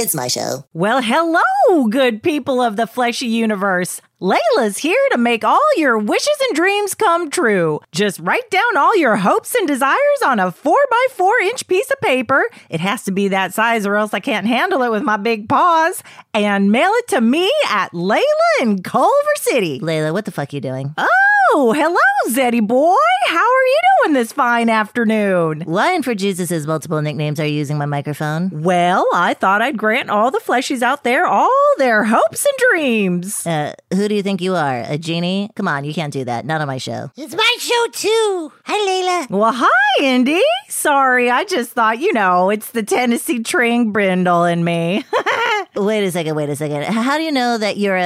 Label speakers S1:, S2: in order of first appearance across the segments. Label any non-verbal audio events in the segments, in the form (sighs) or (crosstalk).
S1: It's my show.
S2: Well, hello, good people of the fleshy universe. Layla's here to make all your wishes and dreams come true. Just write down all your hopes and desires on a 4 by 4 inch piece of paper. It has to be that size or else I can't handle it with my big paws. And mail it to me at Layla in Culver City.
S1: Layla, what the fuck you doing?
S2: Oh, hello, Zeddy boy. How are you doing this fine afternoon?
S1: Why and for Jesus' multiple nicknames are you using my microphone?
S2: Well, I thought I'd grant all the fleshies out there all their hopes and dreams.
S1: Uh, who do you think you are? A genie? Come on, you can't do that. Not on my show.
S3: It's my show too. Hi, Layla.
S2: Well, hi, Indy. Sorry, I just thought, you know, it's the Tennessee Tring Brindle in me. (laughs)
S1: Wait a second, wait a second. How do you know that you're a,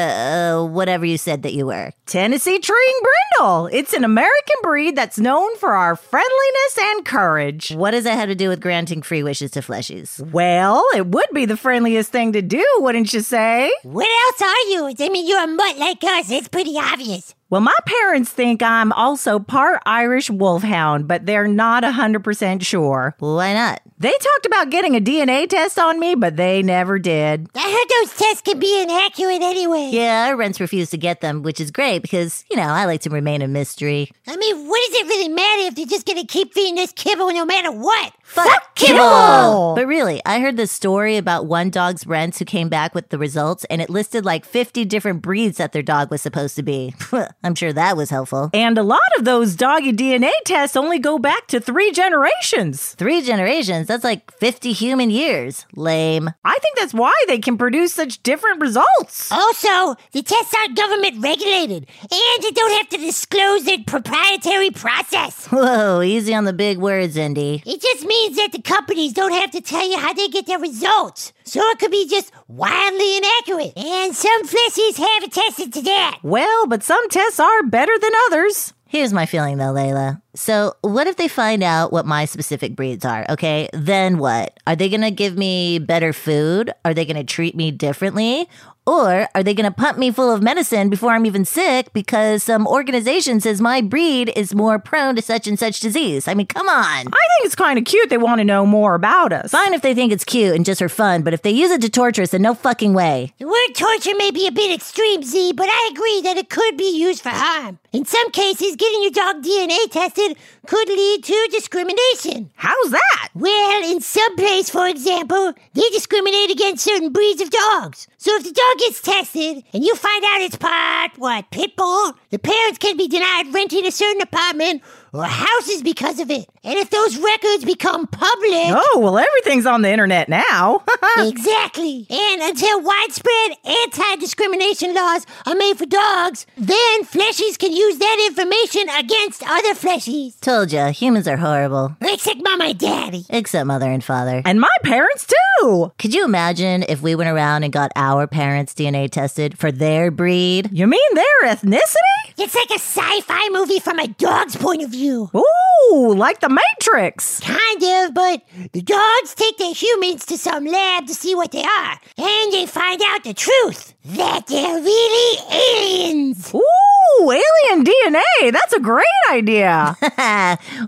S1: a whatever you said that you were?
S2: Tennessee Tring Brindle. It's an American breed that's known for our friendliness and courage.
S1: What does that have to do with granting free wishes to fleshies?
S2: Well, it would be the friendliest thing to do, wouldn't you say?
S3: What else are you? I mean, you're a mutt like us. It's pretty obvious.
S2: Well, my parents think I'm also part Irish wolfhound, but they're not 100% sure.
S1: Why not?
S2: They talked about getting a DNA test on me, but they never did.
S3: I heard those tests can be inaccurate anyway.
S1: Yeah, our rents refuse to get them, which is great because, you know, I like to remain a mystery.
S3: I mean, what does it really matter if they're just gonna keep feeding this kibble no matter what?
S1: Fuck
S2: kibble!
S1: But really, I heard this story about one dog's rents who came back with the results and it listed like 50 different breeds that their dog was supposed to be. (laughs) I'm sure that was helpful.
S2: And a lot of those doggy DNA tests only go back to three generations.
S1: Three generations, that's like 50 human years. Lame. (laughs)
S2: I think that's why they can produce such different results.
S3: Also, the tests aren't government regulated, and you don't have to disclose their proprietary process.
S1: Whoa, easy on the big words, Indy.
S3: It just means that the companies don't have to tell you how they get their results. So it could be just wildly inaccurate. And some fleshies have attested to that.
S2: Well, but some tests are better than others.
S1: Here's my feeling though, Layla. So, what if they find out what my specific breeds are? Okay, then what? Are they gonna give me better food? Are they gonna treat me differently? Or are they gonna pump me full of medicine before I'm even sick because some organization says my breed is more prone to such and such disease? I mean, come on.
S2: I think it's kind of cute they want to know more about us.
S1: Fine if they think it's cute and just for fun, but if they use it to torture us, then no fucking way.
S3: The word torture may be a bit extreme, Z, but I agree that it could be used for harm. In some cases, getting your dog DNA tested could lead to discrimination.
S2: How's that?
S3: Well, in some places, for example, they discriminate against certain breeds of dogs. So if the dog gets tested and you find out it's part, what, pit bull, the parents can be denied renting a certain apartment or houses because of it. And if those records become public,
S2: Oh, well, everything's on the internet now. (laughs)
S3: Exactly. And until widespread anti discrimination laws are made for dogs, then fleshies can use that information against other fleshies.
S1: Told ya, humans are horrible.
S3: Except mama and daddy.
S1: Except mother and father.
S2: and my parents, too.
S1: Could you imagine if we went around and got our parents' DNA tested for their breed? (laughs)
S2: You mean their ethnicity?
S3: It's like a sci fi movie from a dog's point of view.
S2: Ooh, like the Matrix.
S3: Kind of, but the dogs take the humans to some lab to see what they are, and they find out the truth that they're really aliens.
S2: Ooh, alien DNA. That's a great idea.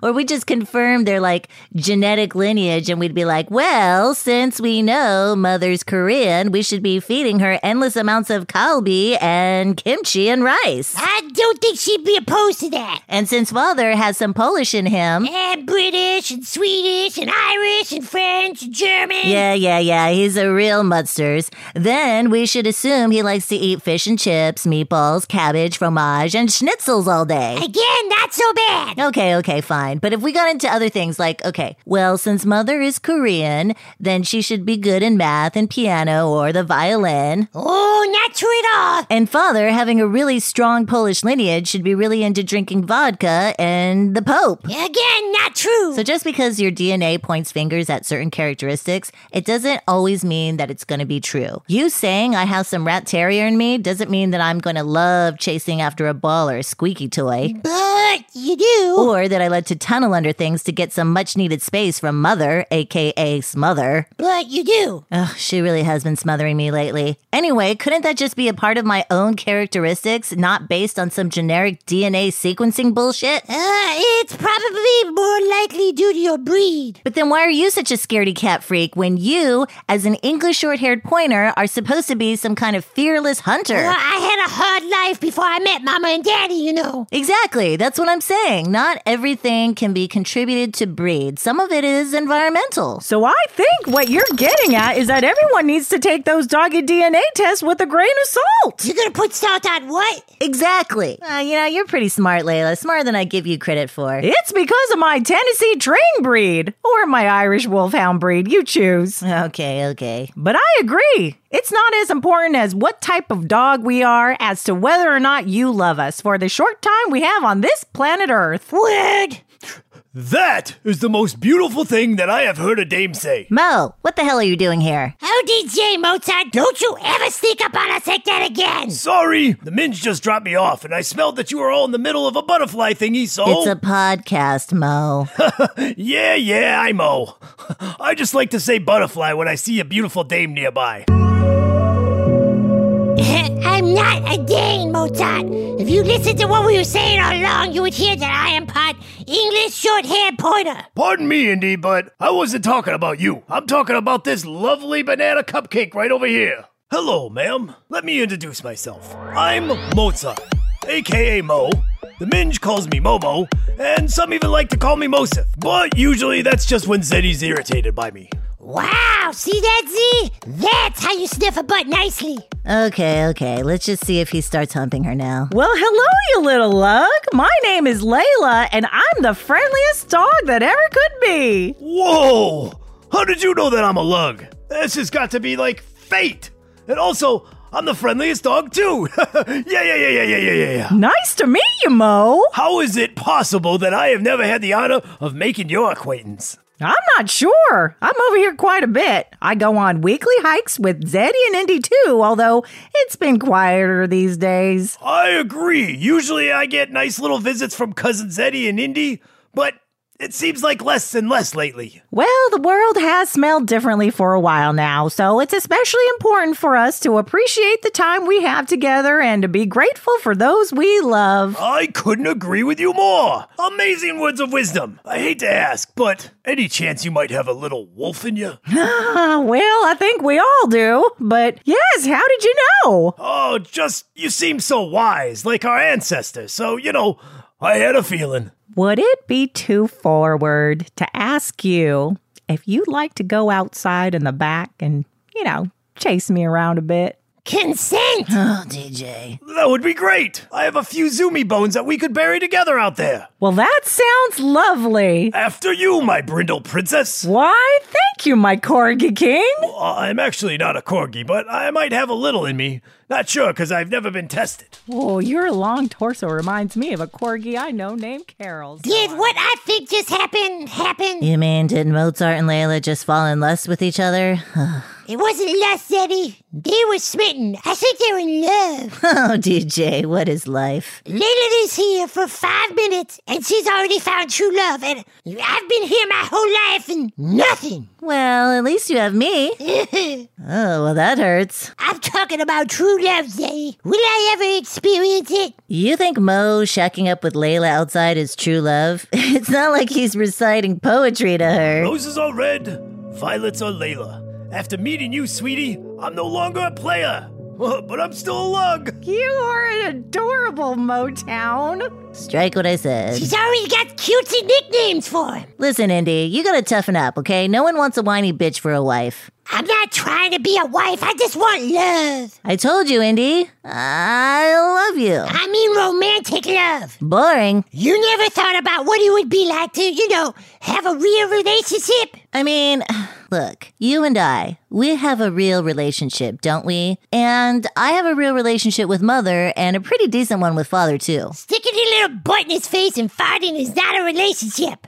S1: or we just confirm their like genetic lineage and we'd be like, well, since we know mother's Korean, we should be feeding her endless amounts of kalbi and kimchi and rice.
S3: I don't think she'd be opposed to that.
S1: And since father has some Polish in him,
S3: And British and Swedish and Irish and French and German.
S1: yeah, yeah, yeah, he's a real mudsters, then we should assume he likes to eat fish and chips, meatballs, cabbage, fromage, and schnitzels all day.
S3: Again, not so bad.
S1: Okay, okay, fine. But if we got into other things like, okay, well, since mother is Korean, then she should be good in math and piano or the violin.
S3: Oh, not true at all.
S1: And father, having a really strong Polish lineage, should be really into drinking vodka and the Pope.
S3: Again, not true.
S1: So just because your DNA points fingers at certain characteristics, it doesn't always mean that it's going to be true. You saying I have some rat terrier in me doesn't mean that I'm going to love chasing after a ball or a squeaky toy.
S3: but what you do.
S1: (laughs) Or that I led to tunnel under things to get some much needed space from Mother, aka Smother.
S3: But you do.
S1: Ugh, she really has been smothering me lately. Anyway, couldn't that just be a part of my own characteristics, not based on some generic DNA sequencing bullshit? Eh?
S3: Uh, it's probably more likely due to your breed.
S1: But then why are you such a scaredy cat freak when you, as an English short haired pointer, are supposed to be some kind of fearless hunter?
S3: Well, I had a hard life before I met Mama and Daddy, you know.
S1: Exactly. That's what I'm saying. Not everything can be contributed to breed. Some of it is environmental.
S2: So I think what you're getting at is that everyone needs to take those doggy DNA tests with a grain of salt.
S3: You're gonna put salt on what?
S1: Exactly. Uh, you know, you're pretty smart, Layla. Smarter than I give you credit for.
S2: It's because of my Tennessee train breed or my Irish wolfhound breed, you choose.
S1: Okay, okay.
S2: But I agree. It's not as important as what type of dog we are as to whether or not you love us for the short time we have on this planet Earth.
S3: Word.
S4: That is the most beautiful thing that I have heard a dame say.
S1: Mo, what the hell are you doing here?
S3: Oh, DJ Mozart, don't you ever sneak up on us like that again. (laughs)
S4: Sorry, the minge just dropped me off, and I smelled that you were all in the middle of a butterfly thingy, so.
S1: It's a podcast, Mo.
S4: yeah, yeah, I mo. (laughs) I just like to say butterfly when I see a beautiful dame nearby.
S3: I'm not a Dane, Mozart. If you listened to what we were saying all along, you would hear that I am part English short haired pointer.
S4: Pardon me, Indy, but I wasn't talking about you. I'm talking about this lovely banana cupcake right over here. Hello, ma'am. Let me introduce myself. I'm Mozart, aka Mo. The Minge calls me Momo, and some even like to call me Mosif. But usually that's just when Zeddy's irritated by me.
S3: Wow, see that, Z? That's how you sniff a butt nicely.
S1: Okay, okay. Let's just see if he starts humping her now.
S2: Well, hello, you little lug. My name is Layla, and I'm the friendliest dog that ever could be.
S4: Whoa! How did you know that I'm a lug? This has got to be like fate. And also, I'm the friendliest dog too. (laughs) yeah, yeah, yeah, yeah, yeah, yeah, yeah, yeah.
S2: Nice to meet you, Mo.
S4: How is it possible that I have never had the honor of making your acquaintance?
S2: I'm not sure. I'm over here quite a bit. I go on weekly hikes with Zeddy and Indy too, although it's been quieter these days.
S4: I agree. Usually I get nice little visits from cousin Zeddy and Indy, but it seems like less and less lately.
S2: Well, the world has smelled differently for a while now, so it's especially important for us to appreciate the time we have together and to be grateful for those we love.
S4: I couldn't agree with you more. Amazing words of wisdom. I hate to ask, but any chance you might have a little wolf in you?
S2: Ah, well, I think we all do. But yes, how did you know?
S4: Oh, just you seem so wise, like our ancestors. So, you know, I had a feeling.
S2: Would it be too forward to ask you if you'd like to go outside in the back and, you know, chase me around a bit?
S3: Consent.
S1: Oh, DJ.
S4: That would be great. I have a few zoomy bones that we could bury together out there.
S2: Well, that sounds lovely.
S4: After you, my brindle princess.
S2: Why, thank you, my corgi king.
S4: Uh, I'm actually not a corgi, but I might have a little in me. Not sure, because I've never been tested.
S2: Oh, your long torso reminds me of a corgi I know named Carol's.
S3: Did what I think just happened happen?
S1: You mean, did Mozart and Layla just fall in lust with each other? (laughs)
S3: It wasn't lust, Eddie. They were smitten. I think they were in love.
S1: oh, DJ, what is life?
S3: Layla's here for five minutes, and she's already found true love. And I've been here my whole life, and nothing. (laughs)
S1: Well, at least you have me. Oh, well, that hurts.
S3: I'm talking about true love, Zay. Will I ever experience it?
S1: You think Mo shacking up with Layla outside is true love? (laughs) It's not like he's reciting poetry to her.
S4: Roses are red, violets are Layla. After meeting you, sweetie, I'm no longer a player, (laughs) but I'm still a lug. (laughs)
S2: You are an adorable Motown.
S1: Strike what I said.
S3: She's already got cutesy nicknames for him.
S1: Listen, Indy, you gotta toughen up, okay? No one wants a whiny bitch for a wife.
S3: I'm not trying to be a wife. I just want love.
S1: I told you, Indy, I love you.
S3: I mean romantic love.
S1: Boring.
S3: You never thought about what it would be like to, you know, have a real relationship?
S1: I mean, (sighs) look, you and I, we have a real relationship, don't we? And I have a real relationship with mother and a pretty decent one with father, too. (laughs)
S3: Sticking your little butt in his face and farting is not a relationship.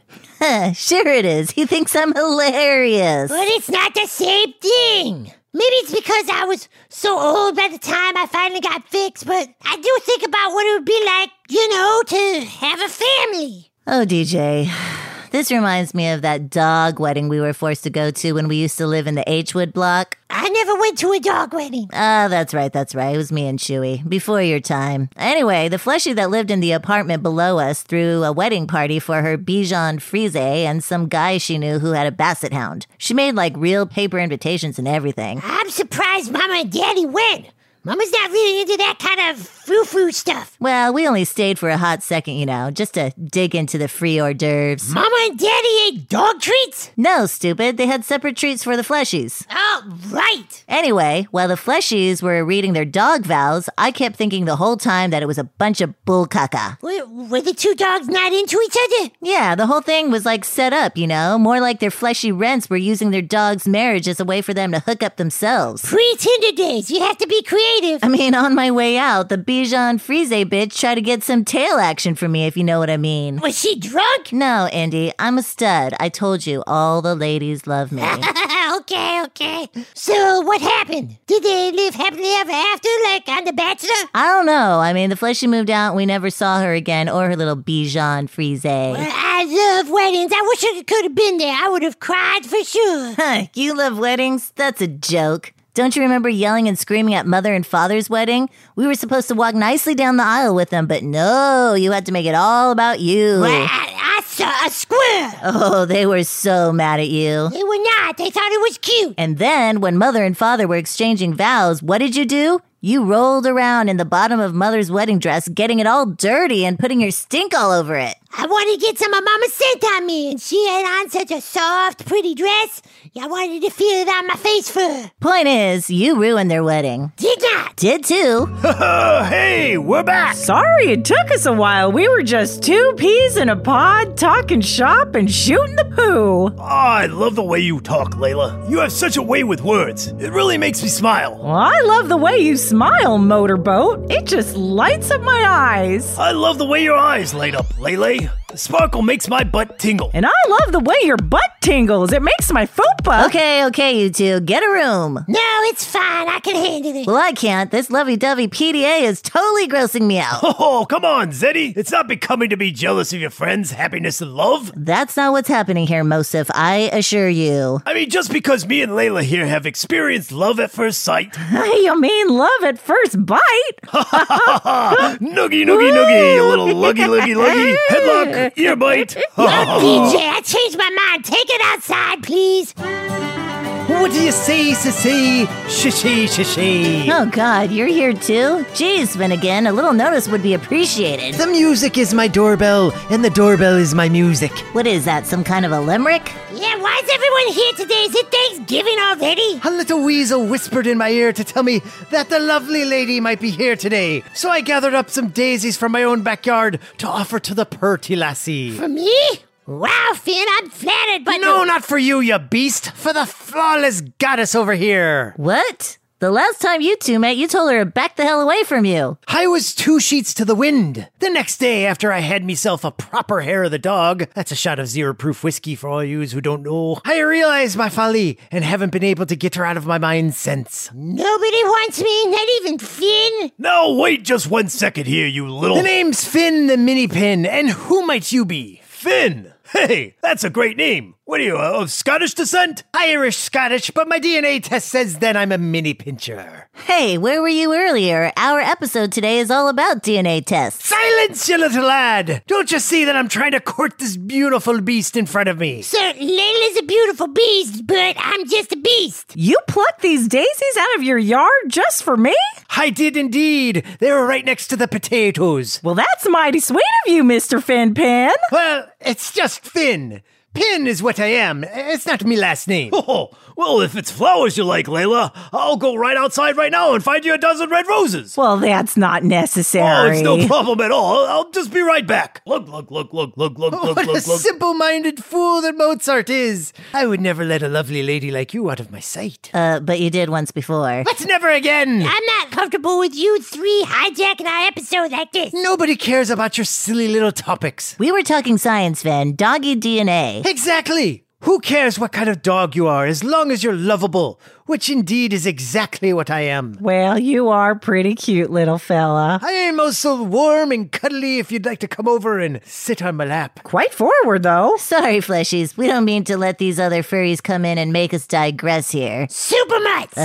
S1: sure it is. He thinks I'm hilarious.
S3: But it's not the same thing. Maybe it's because I was so old by the time I finally got fixed, but I do think about what it would be like, you know, to have a family.
S1: Oh, DJ. (sighs) This reminds me of that dog wedding we were forced to go to when we used to live in the H Wood block.
S3: I never went to a dog wedding.
S1: Ah, that's right, that's right. It was me and Chewy. Before your time. Anyway, the fleshy that lived in the apartment below us threw a wedding party for her Bichon Frise and some guy she knew who had a basset hound. She made like real paper invitations and everything.
S3: I'm surprised Mama and Daddy went. Mama's not really into that kind of frou-frou stuff.
S1: Well, we only stayed for a hot second, you know, just to dig into the free hors d'oeuvres.
S3: Mama and Daddy ate dog treats?
S1: No, stupid. They had separate treats for the fleshies.
S3: Oh, right.
S1: Anyway, while the fleshies were reading their dog vows, I kept thinking the whole time that it was a bunch of bull caca.
S3: Were, were the two dogs not into each other?
S1: Yeah, the whole thing was like set up, you know, more like their fleshy rents were using their dog's marriage as a way for them to hook up themselves. (laughs)
S3: Pre-Tinder days, you have to be creative.
S1: I mean, on my way out, the Bichon Frise bitch tried to get some tail action from me, if you know what I mean.
S3: Was she drunk?
S1: No, Indy, I'm a stud. I told you, all the ladies love
S3: (laughs)
S1: me.
S3: okay, okay. So what happened? Did they live happily ever after, like on The Bachelor?
S1: I don't know. I mean, the fleshy moved out. We never saw her again or her little Bichon Frise.
S3: Well, Uh, I love weddings. I wish I could have been there. I would have cried for sure.
S1: Huh, you love weddings? That's a joke. Don't you remember yelling and screaming at mother and father's wedding? We were supposed to walk nicely down the aisle with them, but no, you had to make it all about you.
S3: Well, I, I saw a squirrel.
S1: Oh, they were so mad at you.
S3: They were not. They thought it was cute.
S1: And then, when mother and father were exchanging vows, what did you do? You rolled around in the bottom of mother's wedding dress, getting it all dirty and putting your stink all over it.
S3: I wanted to get some of Mama scent on me, and she had on such a soft, pretty dress. I wanted to feel it on my face for her.
S1: Point is, you ruined their wedding.
S3: Did not.
S1: Did too.
S4: hey, we're back.
S2: Sorry it took us a while. We were just two peas in a pod, talking shop and shooting the poo.
S4: Ah, I love the way you talk, Layla. You have such a way with words. It really makes me smile.
S2: Well, I love the way you smile, motorboat. It just lights up my eyes.
S4: I love the way your eyes light up, Lele. The sparkle makes my butt tingle.
S2: And I love the way your butt tingles. It makes my (laughs) fupa.
S1: Okay, okay, you two, get a room.
S3: No, it's fine. I can handle it.
S1: Well, I can't. This lovey dovey PDA is totally grossing me out.
S4: Oh, come on, Zeddy. It's not becoming to be jealous of your friends' happiness and love.
S1: That's not what's happening here, Mosif, I assure you.
S4: I mean, just because me and Layla here have experienced love at first sight.
S2: You mean love at first bite?
S4: noogie, noogie, noogie, you little luggy, luggy, luggy.
S3: (laughs)
S4: Headlock, ear bite.
S3: DJ, I changed my mind. Take it outside, please.
S4: What do you say, sissy? Shishy, shishy.
S1: Oh, God, you're here too? Jeez, Finnegan, a little notice would be appreciated.
S5: The music is my doorbell, and the doorbell is my music.
S1: What is that, some kind of a limerick?
S3: Yeah, why is everyone here today? Is it Thanksgiving already?
S5: A little weasel whispered in my ear to tell me that the lovely lady might be here today, so I gathered up some daisies from my own backyard to offer to the purty lassie.
S3: For me? Wow, Finn, I'm flattered, but
S5: No, not for you, you beast, for the flawless goddess over here.
S1: What? The last time you two met, you told her to back the hell away from you.
S5: I was two sheets to the wind. The next day, after I had myself a proper hair of the dog, that's a shot of zero proof whiskey for all yous who don't know, I realized my folly and haven't been able to get her out of my mind since.
S3: nobody wants me, not even Finn.
S4: Now, wait just one second here, you little.
S5: The name's Finn the Mini Pin, and who might you be?
S4: Finn! Hey, that's a great name. What are you, uh, of Scottish descent?
S5: Irish Scottish, but my DNA test says that I'm a mini pincher.
S1: Hey, where were you earlier? Our episode today is all about DNA tests.
S5: Silence, you little lad! Don't you see that I'm trying to court this beautiful beast in front of me?
S3: Sir, Layla's a beautiful beast, but I'm just a beast.
S2: You plucked these daisies out of your yard just for me?
S5: I did indeed. They were right next to the potatoes.
S2: Well, that's mighty sweet of you, Mr. Finpin.
S5: Well, it's just Finn. Pin is what I am. It's not me last name.
S4: Oh, well, if it's flowers you like, Layla, I'll go right outside right now and find you a dozen red roses.
S2: Well, that's not
S4: Oh,
S2: necessary.
S4: it's no problem at all. I'll- I'll just be right back. Look, look, look, look, look, look,
S5: (laughs)
S4: look,
S5: What a
S4: look, look.
S5: simple minded fool that Mozart is. I would never let a lovely lady like you out of my sight.
S1: Uh, but you did once before.
S5: But never again!
S3: I'm not comfortable with you three hijacking our episode like this.
S5: Nobody cares about your silly little topics.
S1: We were talking science, Finn. Doggy DNA.
S5: Exactly. Who cares what kind of dog you are as long as you're lovable, which indeed is exactly what I am.
S2: Well, you are pretty cute, little fella.
S5: I am also warm and cuddly if you'd like to come over and sit on my lap.
S2: Quite forward, though.
S1: Sorry, fleshies. We don't mean to let these other furries come in and make us digress here.
S3: Super mutts!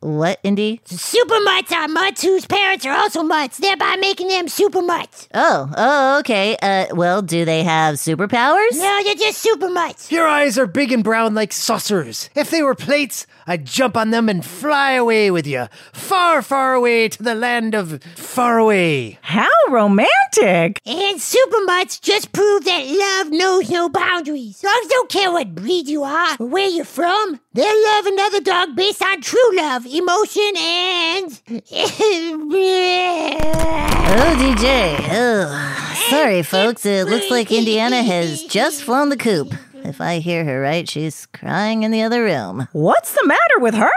S1: What, Indy?
S3: super mutts are mutts whose parents are also mutts, thereby making them super mutts.
S1: Oh, oh, okay. Uh, well, do they have superpowers?
S3: No, they're just super mutts.
S5: Your eyes are big and brown like saucers. If they were plates, I'd jump on them and fly away with you, far, far away to the land of far away.
S2: How romantic.
S3: And super mutts just prove that love knows no boundaries. Dogs don't care what breed you are or where you're from. They'll love another dog based on true love, emotion, and. (laughs)
S1: Oh, DJ. Oh, sorry, folks. It looks like Indiana has just flown the coop. If I hear her right, she's crying in the other room.
S2: What's the matter with her?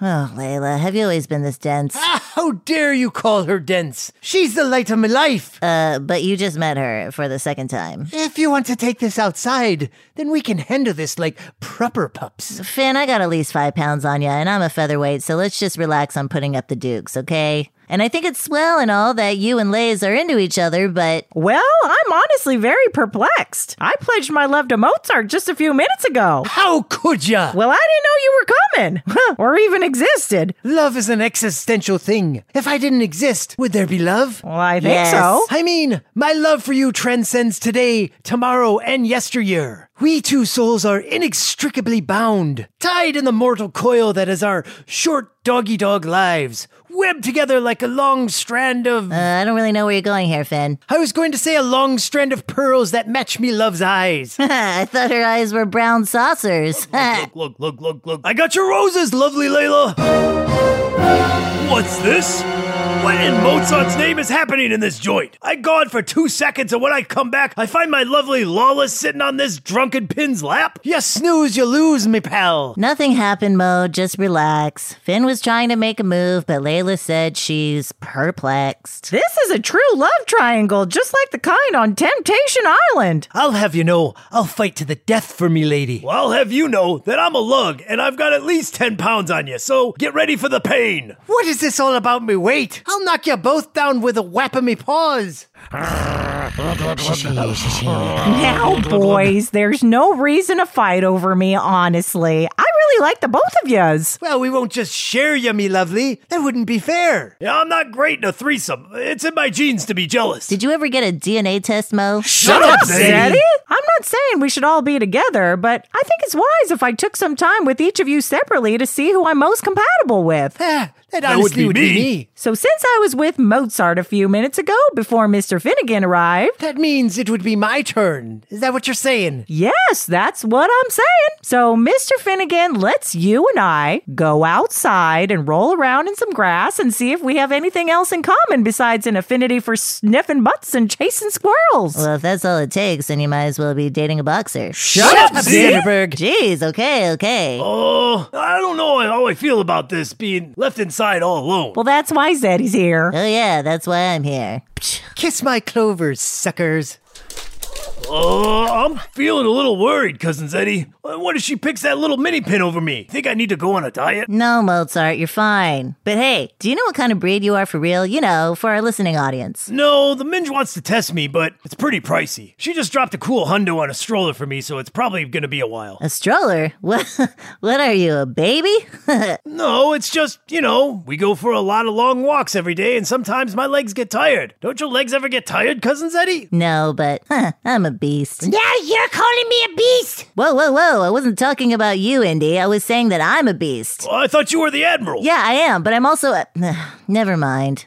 S1: Oh, Layla, have you always been this dense?
S5: Ah, How dare you call her dense? She's the light of my life.
S1: Uh, but you just met her for the second time.
S5: if you want to take this outside, then we can handle this like proper pups.
S1: Finn, I got at least five pounds on ya, and I'm a featherweight, so let's just relax on putting up the dukes, okay? And I think it's swell and all that you and Lays are into each other, but
S2: Well, I'm honestly very perplexed. I pledged my love to Mozart just a few minutes ago.
S5: How could ya?
S2: Well, I didn't know you were coming (laughs) or even existed.
S5: Love is an existential thing. If I didn't exist, would there be love?
S2: Well, I think
S1: Yes.
S2: so.
S5: I mean, my love for you transcends today, tomorrow, and yesteryear. We two souls are inextricably bound, tied in the mortal coil that is our short doggy dog lives, webbed together like a long strand of.
S1: uh, I don't really know where you're going here, Finn.
S5: I was going to say a long strand of pearls that match me love's eyes.
S1: (laughs) I thought her eyes were brown saucers. (laughs)
S4: Look, look, look, look.
S5: I got your roses, lovely Layla.
S4: What's this? What in Mozart's name is happening in this joint? I gone for two seconds, and when I come back, I find my lovely Lawless sitting on this drunken pin's lap.
S5: You snooze, you lose, me pal.
S1: Nothing happened, Mo. Just relax. Finn was trying to make a move, but Layla said she's perplexed.
S2: This is a true love triangle, just like the kind on Temptation Island.
S5: I'll have you know, I'll fight to the death for me, lady.
S4: Well, I'll have you know that I'm a lug, and I've got at least 10 pounds on you, so get ready for the pain.
S5: What is this all about me weight? I'll knock you both down with a whap of me paws.
S2: Now, boys, there's no reason to fight over me, honestly. I really like the both of yous.
S5: Well, we won't just share you, me lovely. That wouldn't be fair.
S4: Yeah, I'm not great in a threesome. It's in my genes to be jealous.
S1: Did you ever get a DNA test, Mo?
S4: Shut (laughs)
S2: Steady? I'm not saying we should all be together, but I think it's wise if I took some time with each of you separately to see who I'm most compatible with.
S5: Ah, that
S4: would
S5: honestly
S4: be
S5: would be
S4: me.
S5: me.
S2: So, since I was with Mozart a few minutes ago before Mr. Finnegan arrived,
S5: That means it would be my turn. Is that what you're saying?
S2: yes, that's what I'm saying. So, Mr. Finnegan lets you and I go outside and roll around in some grass and see if we have anything else in common besides an affinity for sniffing butts and chasing squirrels.
S1: Well, if that's all it takes, then you might as well be dating a boxer.
S5: Shut up, Xanderberg.
S1: Jeez, okay, okay.
S4: Oh, I don't know how I feel about this being left inside all alone.
S2: Well, that's why Zeddy's here.
S1: Oh, yeah, that's why I'm here.
S5: Kiss my clovers, suckers.
S4: Oh, I'm feeling a little worried, Cousin Zeddy. Uh, What if she picks that little mini pin over me? Think I need to go on a diet?
S1: No, Mozart, you're fine. But hey, do you know what kind of breed you are for real? You know, for our listening audience.
S4: No, the Minge wants to test me, but it's pretty pricey. She just dropped a cool hundo on a stroller for me, so it's probably gonna be a while.
S1: A stroller? (laughs) What, what are you, a baby? (laughs)
S4: No, it's just, you know, we go for a lot of long walks every day, and sometimes my legs get tired. Don't your legs ever get tired, Cousin Zeddy?
S1: no, but I'm a beast.
S3: now you're calling me a beast?
S1: Whoa, whoa, whoa. I wasn't talking about you, Indy. I was saying that I'm a beast.
S4: Oh, I thought you were the Admiral.
S1: Yeah, I am, but I'm also a. (sighs) Never mind.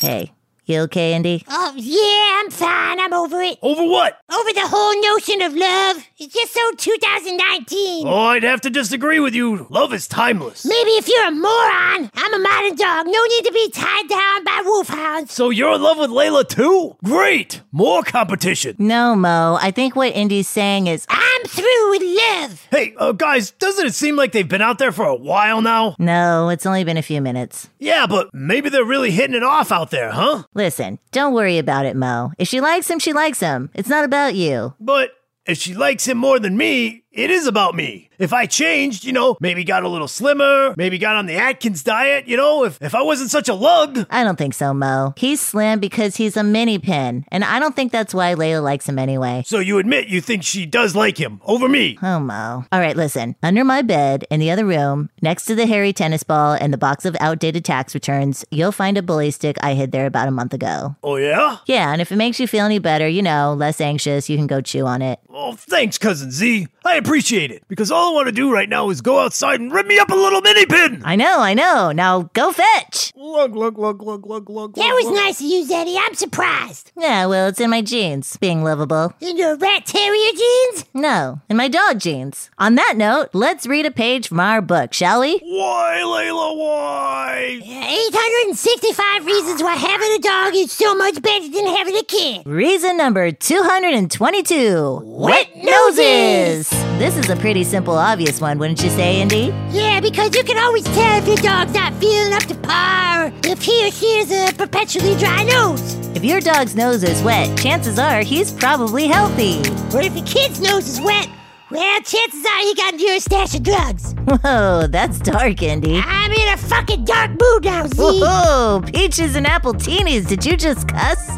S1: Hey, you okay, Indy?
S3: Oh, yeah, I'm fine. I'm over it.
S4: Over what?
S3: Over the whole notion of love. It's just so 2019.
S4: Oh, I'd have to disagree with you. Love is timeless.
S3: Maybe if you're a moron, I'm a modern dog. No need to be tied down by wolfhounds.
S4: So you're in love with Layla too? Great! More competition.
S1: No, Mo. I think what Indy's saying is.
S3: I'm through with love.
S4: Hey, uh, guys, doesn't it seem like they've been out there for a while now?
S1: No, it's only been a few minutes.
S4: Yeah, but maybe they're really hitting it off out there, huh?
S1: Listen, don't worry about it, Mo. If she likes him, she likes him. It's not about you.
S4: But If she likes him more than me, it is about me. If I changed, you know, maybe got a little slimmer, maybe got on the Atkins diet, you know, if, if I wasn't such a lug,
S1: I don't think so, Mo. He's slim because he's a mini pin, and I don't think that's why Layla likes him anyway.
S4: So you admit you think she does like him over (laughs) me.
S1: Oh, Mo. All right, listen. Under my bed in the other room, next to the hairy tennis ball and the box of outdated tax returns, you'll find a bully stick I hid there about a month ago.
S4: Oh, yeah?
S1: Yeah, and if it makes you feel any better, you know, less anxious, you can go chew on it.
S4: Oh, thanks, Cousin Z. I appreciate it. Because all I want to do right now is go outside and rip me up a little mini pin.
S1: I know, I know. Now go fetch.
S4: Lug, lug, lug, lug, lug, lug.
S3: That was nice of you, Zeddy. I'm surprised.
S1: Yeah, well, it's in my jeans, being lovable.
S3: In your rat terrier jeans?
S1: No, in my dog jeans. On that note, let's read a page from our book, shall we?
S4: Why, Layla, why?
S3: 865 reasons why having a dog is so much better than having a kid.
S1: Reason number 222
S3: Wet noses.
S1: This is a pretty simple, obvious one, wouldn't you say, Indy?
S3: Yeah, because you can always tell if your dog's not feeling up to par, if he or she has a perpetually dry nose,
S1: If your dog's nose is wet, chances are he's probably healthy.
S3: or if your kid's nose is wet. Well, chances are you got your stash of drugs.
S1: Whoa, that's dark, Indy.
S3: I'm in a fucking dark mood now, Z.
S1: (laughs) Whoa, peaches and apple teenies, did you just cuss?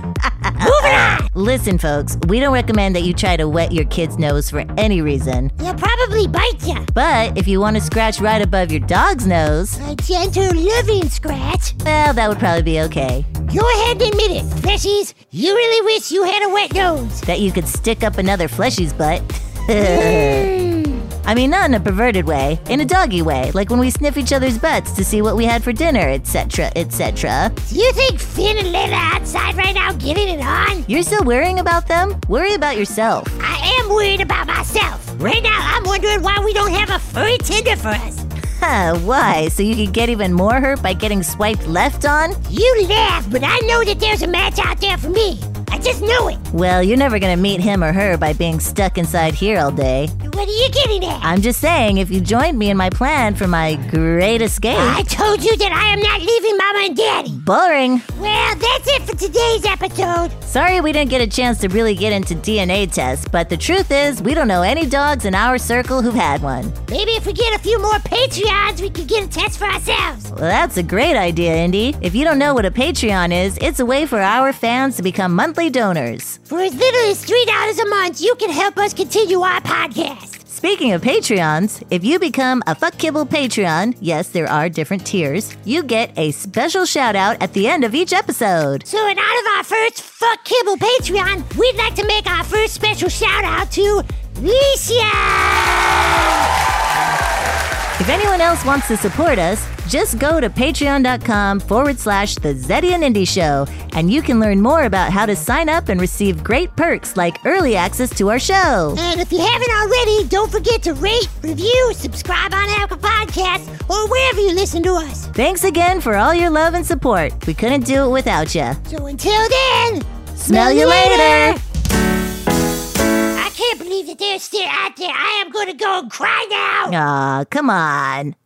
S3: Moving on.
S1: Listen, folks, we don't recommend that you try to wet your kid's nose for any reason.
S3: They'll probably bite you.
S1: But if you want to scratch right above your dog's nose,
S3: A gentle living scratch.
S1: well, that would probably be okay.
S3: Go ahead and admit it, Fleshies. You really wish you had a wet nose.
S1: Bet you could stick up another fleshy's butt. (laughs) I mean, not in a perverted way, in a doggy way, like when we sniff each other's butts to see what we had for dinner, etc., etc.
S3: Do you think Finn and Layla are outside right now getting it on?
S1: You're still worrying about them? Worry about yourself. (laughs)
S3: I am worried about myself. Right now, I'm wondering why we don't have a furry tender for us.
S1: Huh, why? So you could get even more hurt by getting swiped left on?
S3: You laugh, but I know that there's a match out there for me. I just know it.
S1: Well, you're never gonna meet him or her by being stuck inside here all day.
S3: What are you getting at?
S1: I'm just saying, if you joined me in my plan for my great
S3: I
S1: escape,
S3: told you that I am not leaving Mama and Daddy.
S1: boring.
S3: Well, that's it for today's episode.
S1: Sorry we didn't get a chance to really get into DNA tests, but the truth is, we don't know any dogs in our circle who've had one.
S3: Maybe if we get a few more Patreons, we could get a test for ourselves.
S1: Well, that's a great idea, Indy. If you don't know what a Patreon is, it's a way for our fans to become monthly donors.
S3: For as little as $3 a month, you can help us continue our podcast.
S1: Speaking of Patreons, if you become a Fuck Kibble Patreon, yes, there are different tiers, you get a special shout out at the end of each episode.
S3: So, in honor of our first Fuck Kibble Patreon, we'd like to make our first special shout out to Licia!
S1: If anyone else wants to support us, just go to patreon.com forward slash the Zeddy and Indy Show, and you can learn more about how to sign up and receive great perks like early access to our show.
S3: And if you haven't already, don't forget to rate, review, subscribe on Apple Podcasts, or wherever you listen to us.
S1: Thanks again for all your love and support. We couldn't do it without you.
S3: So, until then,
S1: Smell you later.
S3: I can't believe that they're still out there. I am going to go and cry now.
S1: Aw, come on.